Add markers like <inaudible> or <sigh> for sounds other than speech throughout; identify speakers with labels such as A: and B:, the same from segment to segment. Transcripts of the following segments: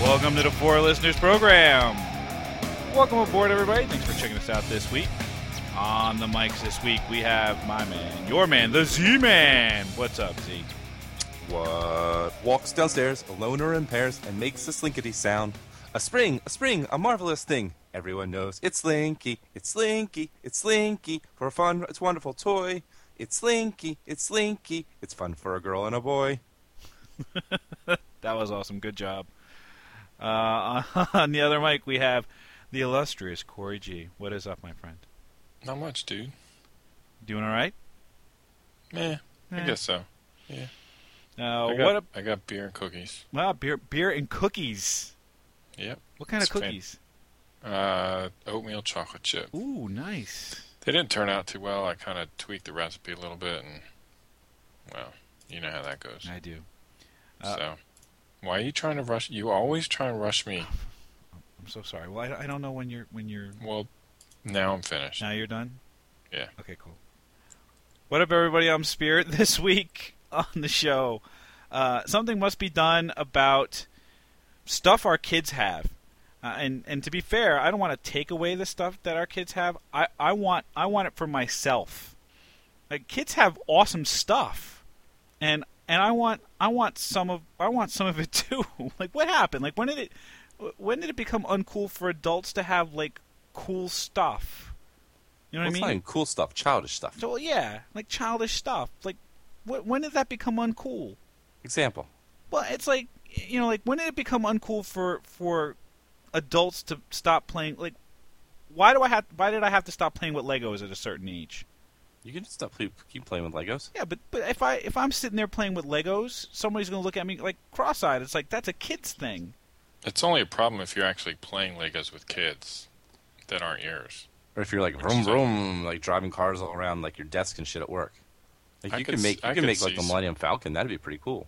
A: Welcome to the Four Listeners Program. Welcome aboard, everybody. Thanks for checking us out this week. On the mics this week, we have my man, your man, the Z Man. What's up, Z?
B: What? Walks downstairs, alone or in pairs, and makes a slinkety sound. A spring, a spring, a marvelous thing. Everyone knows it's Slinky, it's Slinky, it's Slinky. For a fun, it's wonderful toy. It's Slinky, it's Slinky. It's fun for a girl and a boy.
A: That was awesome. Good job. Uh, <laughs> on the other mic, we have the illustrious Corey G. What is up, my friend?
C: Not much, dude.
A: Doing all right?
C: Eh, I
A: Eh.
C: guess so.
A: Uh,
C: I, got,
A: what? A,
C: I got beer and cookies.
A: wow, beer, beer and cookies.
C: Yep.
A: What kind of
C: It's fan-
A: cookies?
C: Uh, oatmeal chocolate chip.
A: Ooh, nice.
C: They didn't turn out too well. I kind of tweaked the recipe a little bit, and well, you know how that goes.
A: I do. Uh,
C: so, why are you trying to rush? You always try and rush me.
A: I'm so sorry. Well, I, I don't know when you're when you're
C: Well, now I'm finished.
A: Now you're done?
C: Yeah.
A: Okay, cool. What up, everybody? I'm Spirit. <laughs> This week on the show, uh, something must be done about stuff our kids have. Uh, and and to be fair, I don't want to take away the stuff that our kids have. I, I want I want it for myself. Like kids have awesome stuff, and and I want I want some of I want some of it <laughs> too. like what happened? Like when did it when did it become uncool for adults to have like cool stuff? You know what
B: Well,
A: I
B: it's
A: mean?
B: not even cool stuff, childish stuff.
A: So yeah, like childish stuff. Like, wh- when did that become uncool?
B: Example.
A: Well, it's like you know, like when did it become uncool for for adults to stop playing? Like, why do I have? Why did I have to stop playing with Legos at a certain age?
B: You can just stop play, keep playing with Legos.
A: Yeah, but but if I if I'm sitting there playing with Legos, somebody's gonna look at me like cross-eyed. It's like that's a kid's thing.
C: It's only a problem if you're actually playing Legos with kids that aren't yours.
B: Or if you're like
C: Which
B: vroom
C: is like-
B: vroom, like driving cars all around like your desk and shit at work. Like
C: I
B: you
C: could
B: can
C: s-
B: make
C: I
B: you can
C: could
B: make like
C: see
B: the
C: s-
B: Millennium Falcon. That'd be pretty cool.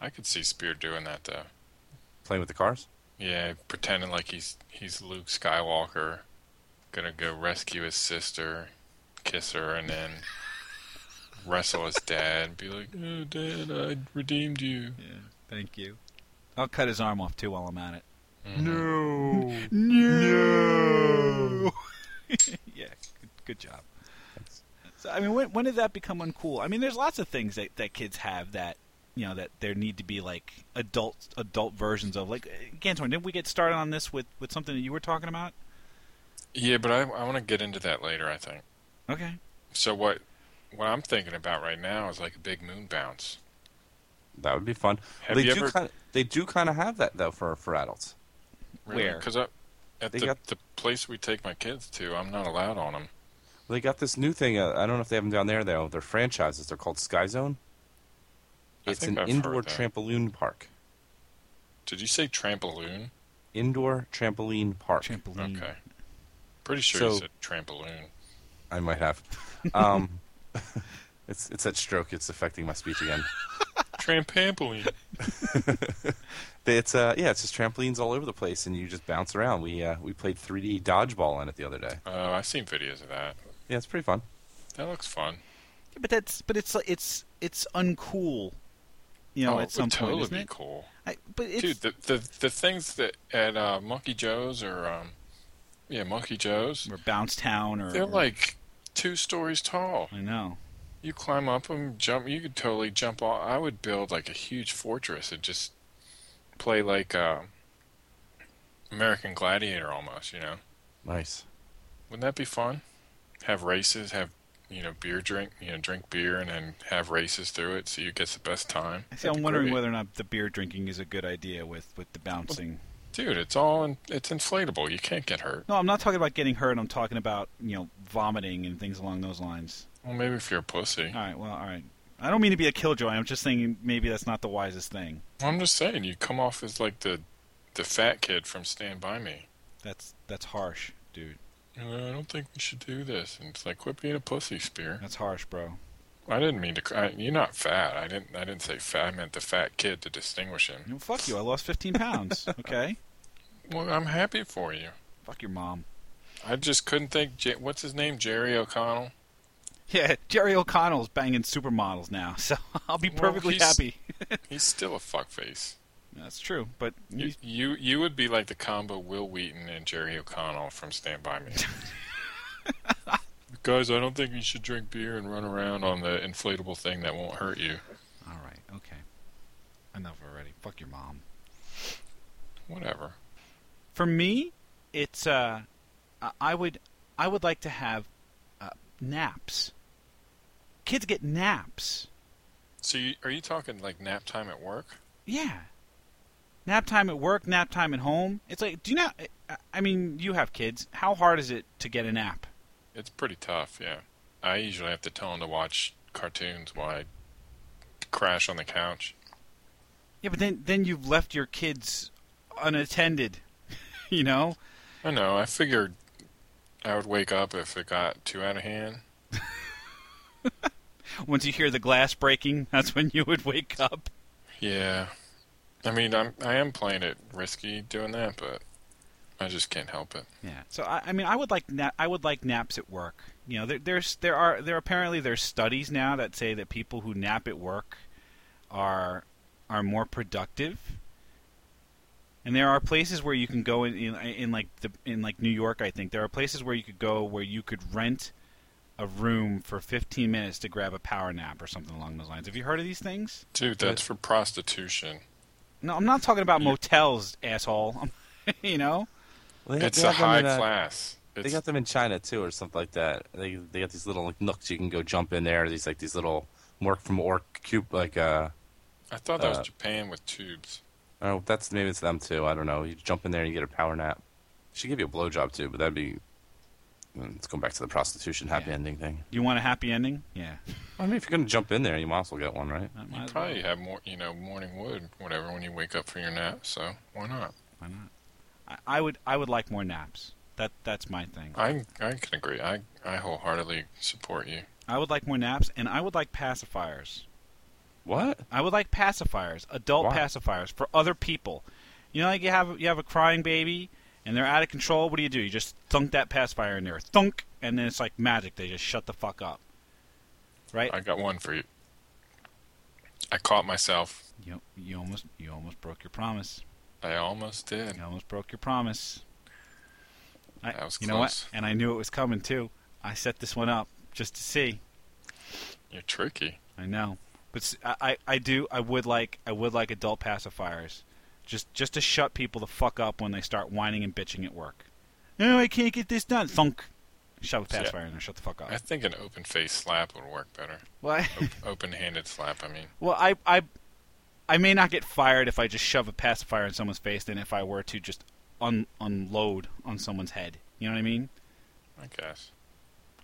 C: I could see Spear doing that though.
B: Playing with the cars.
C: Yeah, pretending like he's he's Luke Skywalker, gonna go rescue his sister, kiss her,
B: <laughs>
C: and then wrestle his dad. and Be like, "Oh, Dad, I redeemed you."
A: Yeah, thank you. I'll cut his arm off too while I'm at it.
B: No.
A: No. <laughs> yeah, good, good job.
B: Thanks.
A: So I mean, when when did that become uncool? I mean, there's lots of things that, that kids have that you know that there need to be like adult adult versions of. Like uh, Gantorn, didn't we get started on this with with something that you were talking about?
C: Yeah, but I I want to get into that later. I think.
A: Okay.
C: So what what I'm thinking about right now is like a big moon bounce.
B: That would be fun.
C: Have
B: they
C: you
B: do
C: ever
B: kind of, they do kind of have that though for for adults.
A: where?
C: Because at
B: They
C: the,
B: got-
C: the place we take my kids to, I'm not allowed on them.
B: They got this new thing. Uh, I don't know if they have them down there though. They're franchises. They're called Sky Zone.
C: I
B: It's
C: think
B: an
C: I've heard
B: indoor
C: that.
B: trampoline park.
C: Did you say trampoline?
B: Indoor trampoline park.
A: Trampoline.
C: Okay. Pretty sure
B: Mm. So-
C: you said trampoline.
B: I might have. Um, <laughs> it's it's that stroke. It's affecting my speech again.
C: Trampoline.
B: It's uh yeah. It's just trampolines all over the place, and you just bounce around. We uh, we played 3D dodgeball on it the other day.
C: Oh, I've seen videos of that.
B: Yeah, it's pretty fun.
C: That looks fun.
A: Yeah, but that's but it's it's it's uncool. You know,
C: oh,
A: at some
C: it would totally
A: point, isn't
C: be
A: it?
C: cool,
A: I, but it's
C: dude. The, the the things that at uh, Monkey Joe's or um, yeah, Monkey Joe's,
A: or Bounce Town or
C: they're
A: or-
C: like two stories tall.
A: I know.
C: You climb up them, jump. You could totally jump off. I would build like a huge fortress and just play like uh, American Gladiator almost. You know,
B: Nice.
C: wouldn't that be fun? Have races, have you know beer drink, you know drink beer and then have races through it, so you get the best time.
A: I see, I'm
C: That'd be
A: wondering
C: great.
A: whether or not the beer drinking is a good idea with with the bouncing.
C: Dude, it's all in, it's inflatable. You can't get hurt.
A: No, I'm not talking about getting hurt. I'm talking about you know vomiting and things along those lines.
C: Well, maybe if you're a pussy.
A: All right, well, all right. I don't mean to be a killjoy. I'm just saying maybe that's not the wisest thing.
C: I'm just saying, you come off as like the the fat kid from Stand By Me.
A: That's that's harsh, dude.
C: You know, I don't think we should do this. And it's like, quit being a pussy, Spear.
A: That's harsh, bro.
C: I didn't mean to. cr- I, you're not fat. I didn't. I didn't say fat. I meant the fat kid to distinguish him.
A: You know, fuck you. I lost 15
C: <laughs>
A: pounds. Okay.
C: Well, I'm happy for you.
A: fuck your mom.
C: I just couldn't think. J- What's his name? Jerry O'Connell.
A: <laughs> Yeah, Jerry O'Connell's banging supermodels now, <laughs> so I'll be
C: Well,
A: perfectly
C: he's-
A: happy. <laughs>
C: He's still a fuckface.
A: That's true, but
C: You, you you would be like the combo Will Wheaton and Jerry O'Connell from Stand By <laughs> Me. Guys, I don't think you should drink beer and run around on the inflatable thing that won't hurt you.
A: all right, okay. Enough already. Fuck your mom.
C: Whatever.
A: For me, it's uh, I- I would I would like to have uh, naps. Kids get naps.
C: So you, are you talking like nap time at work?
A: Yeah. Nap time at work, nap time at home. It's like, do you not? I- I mean, you have kids. How hard is it to get a nap?
C: It's pretty tough, yeah. I usually have to tell them to watch cartoons while I crash on the couch.
A: Yeah, but then then you've left your kids unattended. <laughs> you know,
C: I know. I figured I would wake up if it got too out of hand.
A: once you hear the glass breaking, <laughs> that's when you would wake up.
C: Yeah. I mean, I'm I am playing it risky doing that, but I just can't help it.
A: Yeah. So I, I mean, I would like na- I would like naps at work. You know, there, there's there are there apparently there's studies now that say that people who nap at work are are more productive. And there are places where you can go in, in in like the in like New York, I think there are places where you could go where you could rent a room for 15 minutes to grab a power nap or something along those lines. Have you heard of these things?
C: Dude, that's for prostitution.
A: No, I'm not talking about motels, asshole. <laughs> I'm, you know.
B: Well, they,
C: It's
B: they
C: a
B: got them
C: high
B: in, uh,
C: class.
B: They
C: It's,
B: got them in China too, or something like that. They they got these little like, nooks you can go jump in there. These like these little work from orc cube like uh.
C: I thought that was
B: uh,
C: Japan with tubes.
B: Oh, that's maybe it's them too. I don't know. You jump in there and you get a power nap. Should give you a blowjob too, but that'd be. mm, It's going back to the prostitution happy
A: Yeah.
B: ending thing.
A: You want a happy ending? Yeah.
B: I mean, if you're going to jump in there, you might as well get one, right?
A: That might
C: You
A: as well.
C: probably have more, you know, morning wood, whatever, when you wake up from your nap. So why not?
A: Why not? I, I would I would like more naps. That that's my thing.
C: I I can agree. I I wholeheartedly support you.
A: I would like more naps, and I would like pacifiers.
B: What?
A: I would like pacifiers, adult
B: Why?
A: pacifiers for other people. You know, like you have you have a crying baby, and they're out of control. What do you do? You just thunk that pacifier in there, thunk, and then it's like magic. They just shut the fuck up. Right?
C: I got one for you. I caught myself.
A: you, you almost you almost broke your promise.
C: I almost did.
A: You almost broke your promise. I,
C: That was
A: you know what?
C: close.
A: And I knew it was coming too. I set this one up just to see.
C: You're tricky.
A: I know, but s- I, I- I do I would like I would like adult pacifiers, just just to shut people the fuck up when they start whining and bitching at work. No, I can't get this done. Thunk. Shove a
C: Yeah.
A: pacifier in there. Shut the fuck up.
C: I think an open faced slap would work better.
A: Well, I,
C: open handed slap, I mean.
A: <laughs> well, I I I may not get fired if I just shove a pacifier in someone's face than if I were to just un, unload on someone's head. You know what I mean?
C: I guess.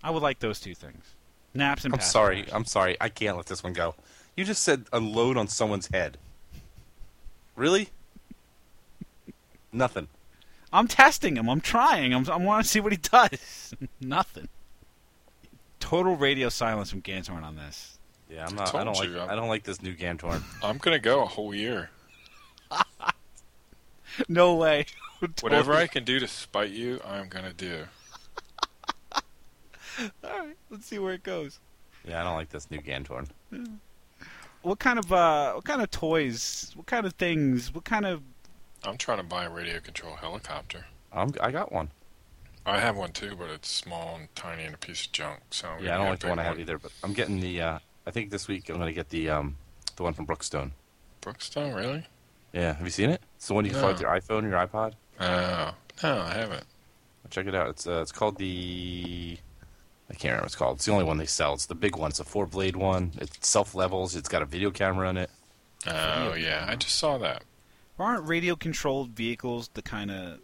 A: I would like those two things. Naps and
B: I'm
A: pacifiers.
B: sorry. I'm sorry. I can't let this one go. You just said unload on someone's head. Really? Nothing.
A: I'm testing him. I'm trying. I'm, I want to see what he does. <laughs> Nothing. Total radio silence from Ganshorn on this.
B: Yeah, I'm not. I
C: Told
B: don't like.
C: you, I'm-
B: I don't like this new Gantorn.
C: I'm going to go a whole year.
A: No way. <laughs>
C: Whatever I can do to spite you, I'm going to do.
A: All right. Let's see where it goes.
B: yeah, I don't like this new Gantorn.
A: What kind of uh? What kind of toys? What kind of things? What kind of?
C: I'm trying to buy a radio control helicopter.
B: I'm, Um, I got one.
C: I have one too, but it's small and tiny and a piece of junk. So I'm
B: Yeah, I
C: gonna
B: don't
C: get a
B: like the
C: big
B: one I have either. But I'm getting the. Uh, I think this week I'm gonna get the um, the one from Brookstone.
C: Brookstone, really?
B: Yeah, have you seen it? It's the one you can fly with
C: No.
B: your iPhone or your iPod.
C: Oh, no, I haven't.
B: Check it out. It's uh, it's called the. I can't remember what it's called. It's the only one they sell. It's the big one. It's a four blade one. It self levels. It's got a video camera in it.
C: Oh, yeah, I just saw that.
A: Aren't radio controlled vehicles the kind of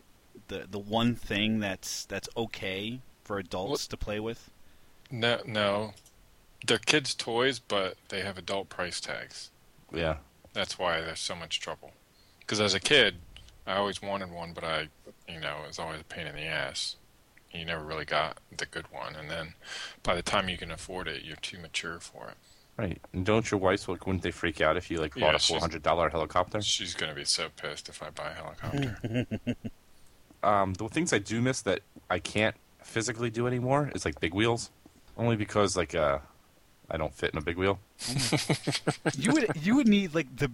A: the the one thing that's that's okay for adults
C: What-
A: to play with?
B: <laughs>
C: No, no. They're kids' toys, but they have adult price tags.
B: Yeah.
C: That's why there's so much trouble. Because as a kid, I always wanted one, but I, you know, it was always a pain in the ass. You never really got the good one, and then by the time you can afford it, you're too mature for it.
B: Right. And don't your wife like? Wouldn't they freak out if you like
C: Yeah,
B: bought a
C: she's-
B: four hundred dollar helicopter?
C: She's gonna be so pissed if I buy a helicopter.
B: Um, the things I do miss that I can't physically do anymore is like big wheels, only because like uh, I don't fit in a big wheel.
A: You would you would need like the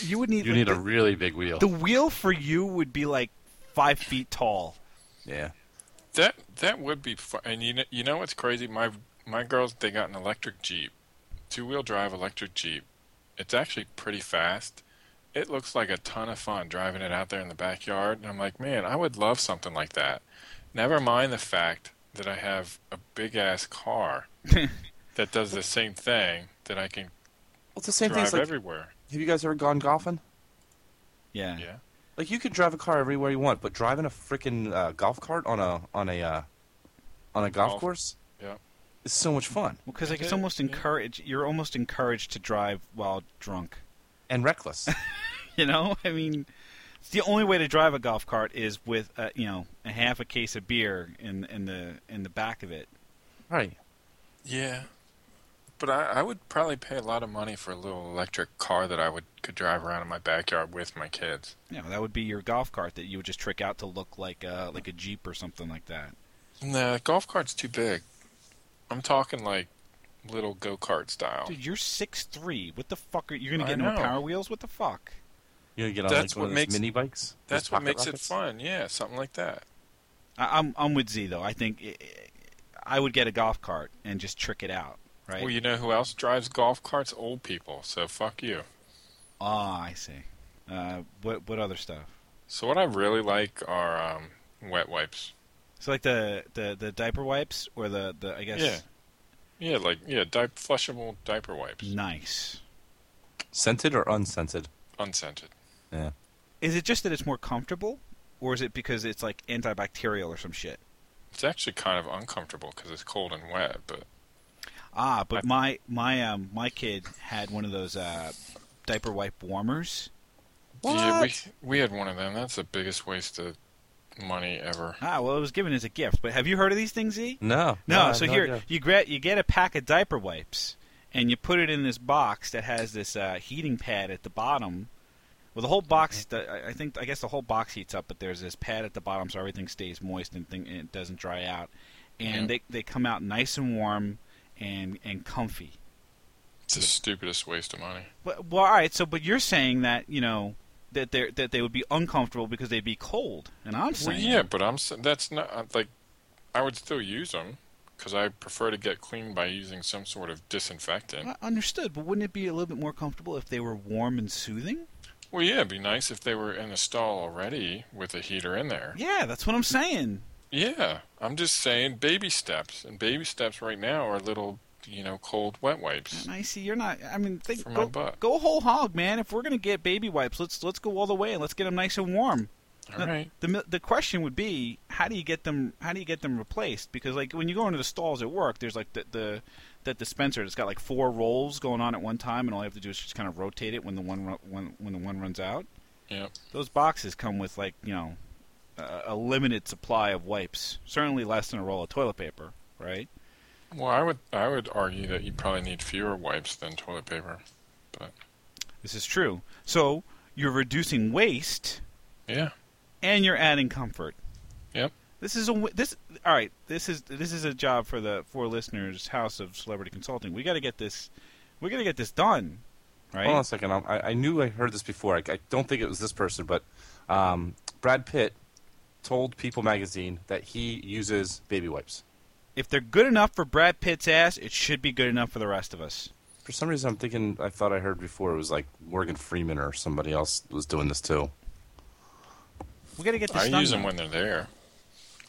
A: you would need
B: You
A: like,
B: need
A: the,
B: a really big wheel.
A: the wheel for you would be like five feet tall.
B: Yeah.
C: That that would be fun. And you know, you know what's crazy? My my girls they got an electric Jeep, two wheel drive electric Jeep. It's actually pretty fast. It looks like a ton of fun driving it out there in the backyard. And I'm like, man, I would love something like that. Never mind the fact that I have a big ass car that does the same thing that I can
B: Well, it's the same thing.
C: drive
B: As, like,
C: everywhere.
B: have you guys ever gone golfing?
A: Yeah.
C: Yeah.
B: Like you could drive a car everywhere you want, but driving a freaking uh, golf cart on a on a uh, on a golf
C: Golf.
B: course,
C: Yeah.
B: is so much fun
A: Well, because like it's
C: Yeah.
A: almost
C: Yeah.
A: encourage you're almost encouraged to drive while drunk. <laughs>
B: and reckless. <laughs>
A: You know, I mean, it's the only way to drive a golf cart is with uh, you know a half a case of beer in in the in the back of it.
B: right.
C: Yeah. But I, I would probably pay a lot of money for a little electric car that I would could drive around in my backyard with my kids.
A: You know, that would be your golf cart that you would just trick out to look like a like a jeep or something like that.
C: Nah, golf cart's too big. I'm talking like little go kart style.
A: Dude, you're six three. What the fuck are you gonna
C: Oh. I
A: get into a
C: know.
A: power wheels? What the fuck?
B: You know, get on
C: That's
B: like, one
C: what
B: of those
C: makes-
B: mini bikes.
C: That's
B: those
C: what
B: pocket
C: makes
B: rockets.
C: it fun. Yeah, something like that.
A: I, I'm I'm with Z though. I think i I would get a golf cart and just trick it out. Right?
C: Well, you know who else drives golf carts? Old people. So fuck you.
A: Ah, I see. Uh, what what other stuff?
C: So what I really like are um, wet wipes.
A: So like the, the, the diaper wipes or the, the I guess
C: Yeah. Yeah, like yeah, di- flushable diaper wipes,
A: nice.
B: Scented or unscented?
C: unscented.
A: Is it just that it's more comfortable, or is it because it's like antibacterial or some shit?
C: It's actually kind of uncomfortable because it's cold and wet, but
A: Ah, but my my um my kid had one of those uh, diaper wipe warmers.
C: Yeah, we we had one of them. That's the biggest waste of money ever.
A: Ah, well it was given as a gift. But have you heard of these things, E?
B: No.
A: No,
B: I have
A: so here
B: idea.
A: you get you get a pack of diaper wipes and you put it in this box that has this uh, heating pad at the bottom. Well, the whole box, the- I I think, I guess the whole box heats up, but there's this pad at the bottom, so everything stays moist and, thing, and it doesn't dry out. And
C: Yeah.
A: they they come out nice and warm and and comfy.
C: It's the stupidest waste of money.
A: But, well, all right. So, but you're saying that you know that they that they would be uncomfortable because they'd be cold, and I'm
C: Well,
A: saying
C: yeah, but I'm s- that's not uh, like I would still use them because I prefer to get clean by using some sort of disinfectant.
A: I understood. But wouldn't it be a little bit more comfortable if they were warm and soothing?
C: Well, yeah, it'd be nice if they were in the stall already with a heater in there.
A: Yeah, that's what I'm saying.
C: Yeah, I'm just saying baby steps, and baby steps right now are little, you know, cold wet wipes.
A: I see you're not. I mean, think,
C: For my
A: go,
C: butt.
A: go whole hog, man. If we're gonna get baby wipes, let's let's go all the way and let's get them nice and warm.
C: All right,
A: The mi- the question would be, how do you get them? How do you get them replaced? Because like when you go into the stalls at work, there's like the the that dispenser that's got like four rolls going on at one time, and all you have to do is just kind of rotate it when the one ru- when when the one runs out.
C: Yep.
A: Those boxes come with like you know a, a limited supply of wipes, certainly less than a roll of toilet paper, right?
C: Well, I would I would argue that you probably need fewer wipes than toilet paper.
A: This is true. So you're reducing waste.
C: Yeah.
A: and you're adding comfort.
C: Yep.
A: This is a w- this all right. This is this is a job for the for listeners House of Celebrity Consulting. We got to get this. We got to get this done, right?
B: Hold on a second. I'm- I, I knew I heard this before. I, I don't think it was this person, but um, Brad Pitt told People magazine that he uses baby wipes.
A: If they're good enough for Brad Pitt's ass, it should be good enough for the rest of us.
B: For some reason, I'm thinking I thought I heard before it was like Morgan Freeman or somebody else was doing this too.
A: We got to get this
C: I
A: done
C: use them
A: though,
C: when they're there.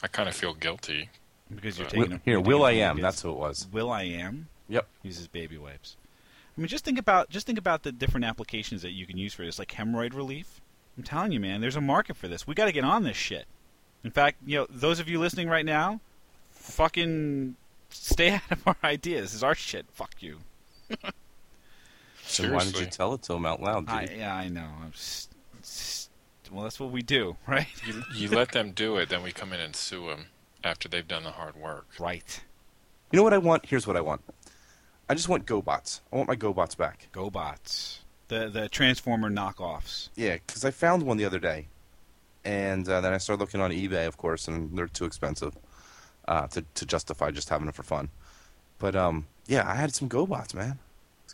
C: I kind of feel guilty.
A: because you're
B: Wi-
A: taking
B: here,
A: you're
B: Will I
A: taking
B: Am.
A: kids.
B: That's who it was.
A: Will I Am
B: Yep.
A: uses baby wipes. I mean, just think about just think about the different applications that you can use for this, like hemorrhoid relief. I'm telling you, man, there's a market for this. We got to get on this shit. In fact, you know, those of you listening right now, fucking stay <laughs> out of our ideas. This is our shit. Fuck you.
B: So why did you
C: Seriously,
B: tell it to him out loud, dude?
A: I, yeah, I know. I'm s s well, that's what we do, <laughs> right?
C: you, you let them do it, then we come in and sue them after they've done the hard work.
A: Right.
B: You know what I want? Here's what I want. I just want GoBots. I want my GoBots back.
A: GoBots, the the Transformer knockoffs.
B: Yeah, because I found one the other day, and uh, then I started looking on eBay, of course, and they're too expensive uh, to to justify just having it for fun. But um, yeah, I had some GoBots, man.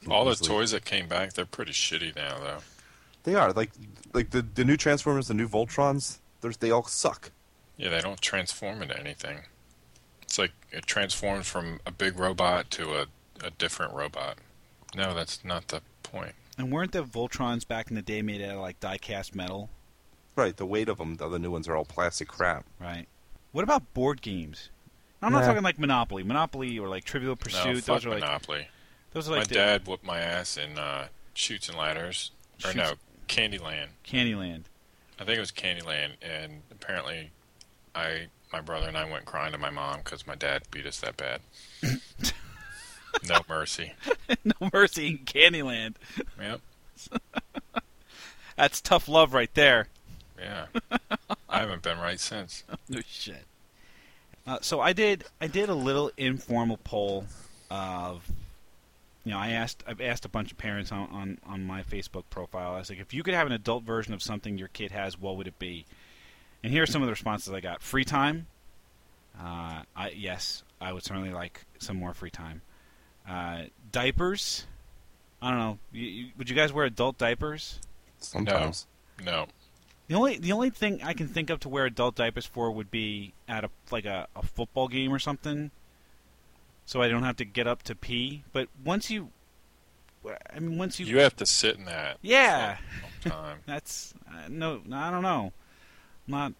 C: All the
B: Easily.
C: toys that came back, they're pretty shitty now, though.
B: They are like like the the new Transformers, the new Voltrons. There's, they all suck.
C: Yeah, they don't transform into anything. It's like it transforms from a big robot to a, a different robot. No, that's not the point.
A: And weren't the Voltrons back in the day made out of like die-cast metal,
B: Right, the weight of them. The other new ones are all plastic crap.
A: right? What about board games? I'm not
B: Nah.
A: talking like Monopoly, Monopoly, or like Trivial Pursuit.
C: no,
A: those
C: fuck
A: are like
C: Monopoly.
A: those are like
C: my
A: the
C: dad whooped my ass in uh, Shoots and Ladders, or no, Candyland.
A: Candyland. <laughs>
C: I think it was Candyland, and apparently, I my brother and I went crying to my mom because my dad beat us that bad. no mercy.
A: no mercy in Candyland.
C: Yep.
A: That's tough love right there.
C: Yeah. I haven't been right since.
A: <laughs> No Oh, shit. Uh, so I did. I did a little informal poll of, you know, I asked. I've asked a bunch of parents on on, on my Facebook profile. I was like, if you could have an adult version of something your kid has, what would it be? And here are some of the responses I got. Free time. Uh, I yes, I would certainly like some more free time. Uh, diapers. I don't know. You, you, would you guys wear adult diapers?
B: Sometimes
C: No.
A: The only the only thing I can think of to wear adult diapers for would be at a like a, a football game or something, so I don't have to get up to pee. But once you, I mean, once you,
C: You have to sit in that
A: yeah,
C: all time.
A: that's uh, no, no, I don't know, I'm not,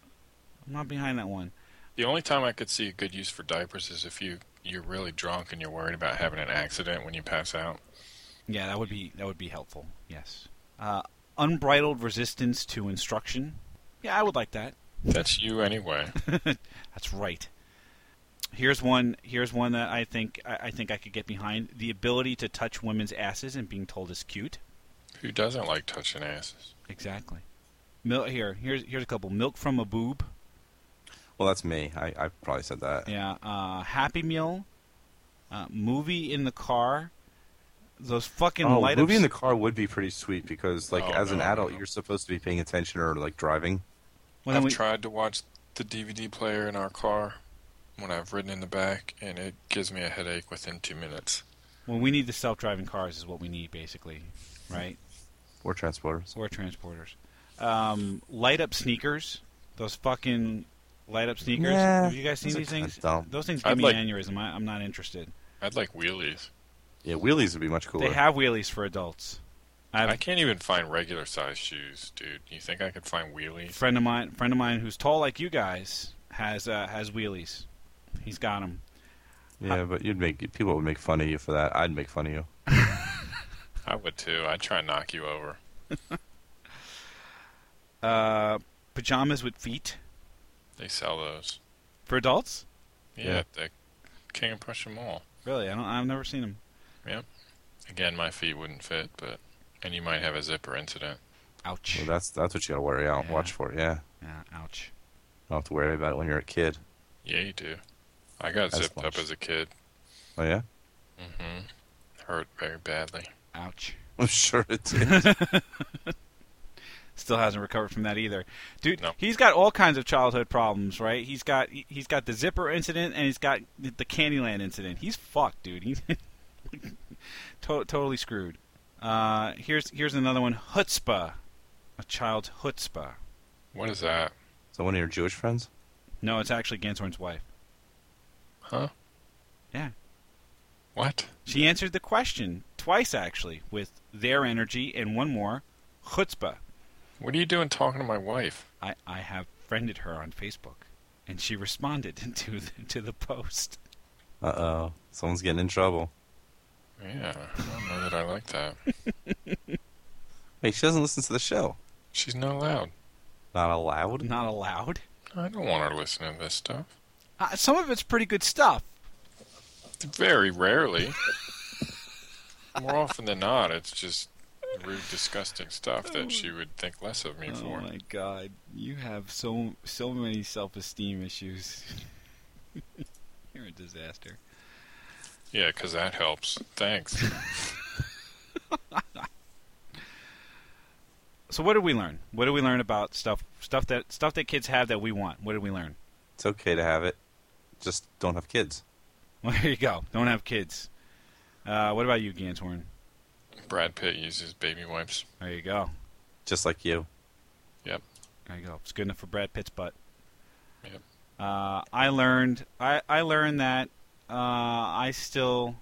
A: I'm not behind that one.
C: The only time I could see a good use for diapers is if you you're really drunk and you're worried about having an accident when you pass out.
A: Yeah, that would be that would be helpful. Yes, uh, unbridled resistance to instruction. Yeah, I would like that.
C: That's you anyway.
A: <laughs> That's right. Here's one. Here's one that I think I, I think I could get behind: the ability to touch women's asses and being told is cute.
C: Who doesn't like touching asses?
A: Exactly. Mil- here, here's here's a couple: milk from a boob.
B: Well, that's me. I I probably said that.
A: Yeah. Uh, Happy Meal. Uh, movie in the car. Those fucking
B: Oh,
A: light
B: movie
A: ups.
B: in the car would be pretty sweet because, like,
C: Oh,
B: as an
C: no,
B: adult,
C: no.
B: you're supposed to be paying attention or like driving.
A: well, then
C: I've
A: we,
C: tried to watch the DVD player in our car when I've ridden in the back, and it gives me a headache within two minutes.
A: well, we need the self-driving cars is what we need basically, right?
B: Or transporters.
A: Or transporters. Um, light up sneakers. Those fucking light up sneakers.
B: Yeah,
A: Have you guys seen
B: those are
A: these things?
B: kinda dumb.
A: Those things give
C: I'd
A: me
C: like-
A: an aneurysm. I, I'm not interested.
C: I'd like wheelies.
B: Yeah, wheelies would be much cooler.
A: They have wheelies for adults. I have
C: I can't even find regular size shoes, dude. You think I could find
A: a
C: wheelies?
A: friend of mine, friend of mine who's tall like you guys, has uh, has wheelies. He's got them.
B: yeah, but you'd make people would make fun of you for that. I'd make fun of you.
C: I would too. I'd try and knock you over.
A: Uh, pajamas with feet
C: They sell those.
A: for adults.
C: Yeah,
B: Yeah.
C: the King of Prussia Mall.
A: Really, I don't. I've never seen them.
C: Again, my feet wouldn't fit, but and you might have a zipper incident.
A: Ouch.
B: Well, that's that's what you gotta worry out.
A: Yeah.
B: Watch for it. Yeah,
A: yeah, ouch.
B: don't have to worry about it when you're a kid.
C: Yeah, you do. I got
B: That's
C: zipped
B: much.
C: up as a kid.
B: Oh yeah, <laughs>
C: hmm Hurt very badly.
A: Ouch.
B: I'm sure it did.
A: Still hasn't recovered from that either, dude.
C: No.
A: He's got all kinds of childhood problems, right? He's got he- he's got the zipper incident and he's got the the Candyland incident. He's fucked, dude. He's <laughs> to- totally screwed. Uh, here's here's another one. Chutzpah, a child's chutzpah.
C: What is that?
B: so one of your Jewish friends?
A: No, it's actually Ganshorn's wife.
C: Huh?
A: Yeah.
C: What?
A: She answered the question twice, actually, with their energy and one more, chutzpah.
C: What are you doing talking to my wife?
A: I, I have friended her on Facebook, and she responded <laughs> to the, to the post.
B: Uh oh, someone's getting in trouble.
C: Yeah, I don't know that I like that.
B: Wait, she doesn't listen to the show.
C: She's not allowed.
B: Not allowed.
A: Not allowed.
C: I don't want her listening to this stuff.
A: Uh, some of it's pretty good stuff.
C: Very rarely. More often than not, it's just rude, disgusting stuff that she would think less of me for.
A: Oh, god, you have so so many self esteem issues. <laughs> You're a disaster.
C: Yeah, because that helps. Thanks.
A: So what did we learn? What did we learn about stuff stuff that stuff that kids have that we want? What did we learn?
B: It's okay to have it. Just don't have kids.
A: Well, <laughs> there you go. Don't have kids. Uh, what about you, Ganshorn?
C: Brad Pitt uses baby wipes.
A: There you go.
B: Just like you.
A: There you go. It's good enough for Brad Pitt's butt.
C: Yep.
A: Uh, I learned. I, I learned that. Uh, I still.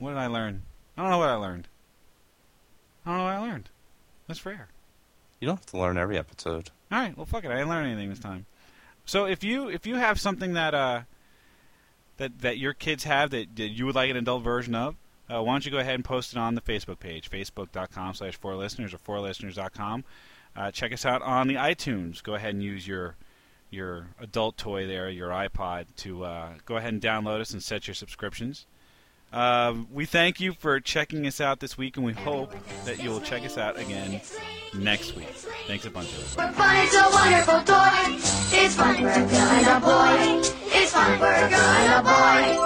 A: What did I learn? I don't know what I learned. I don't know what I learned. That's rare.
B: You don't have to learn every episode.
A: All right. Well, fuck it. I didn't learn anything this time. So if you if you have something that uh that that your kids have that, that you would like an adult version of, uh, why don't you go ahead and post it on the Facebook page, facebook.com slash four listeners or four listeners.com. Uh, check us out on the iTunes. Go ahead and use your your adult toy there, your iPod, to uh, go ahead and download us and set your subscriptions. Um, we thank you for checking us out this week, and we hope that you will check us out again next week. Thanks a bunch. everybody.
D: We're fun, it's a wonderful toy. It's fun, we're a girl and a boy. It's fun, we're a girl and a boy.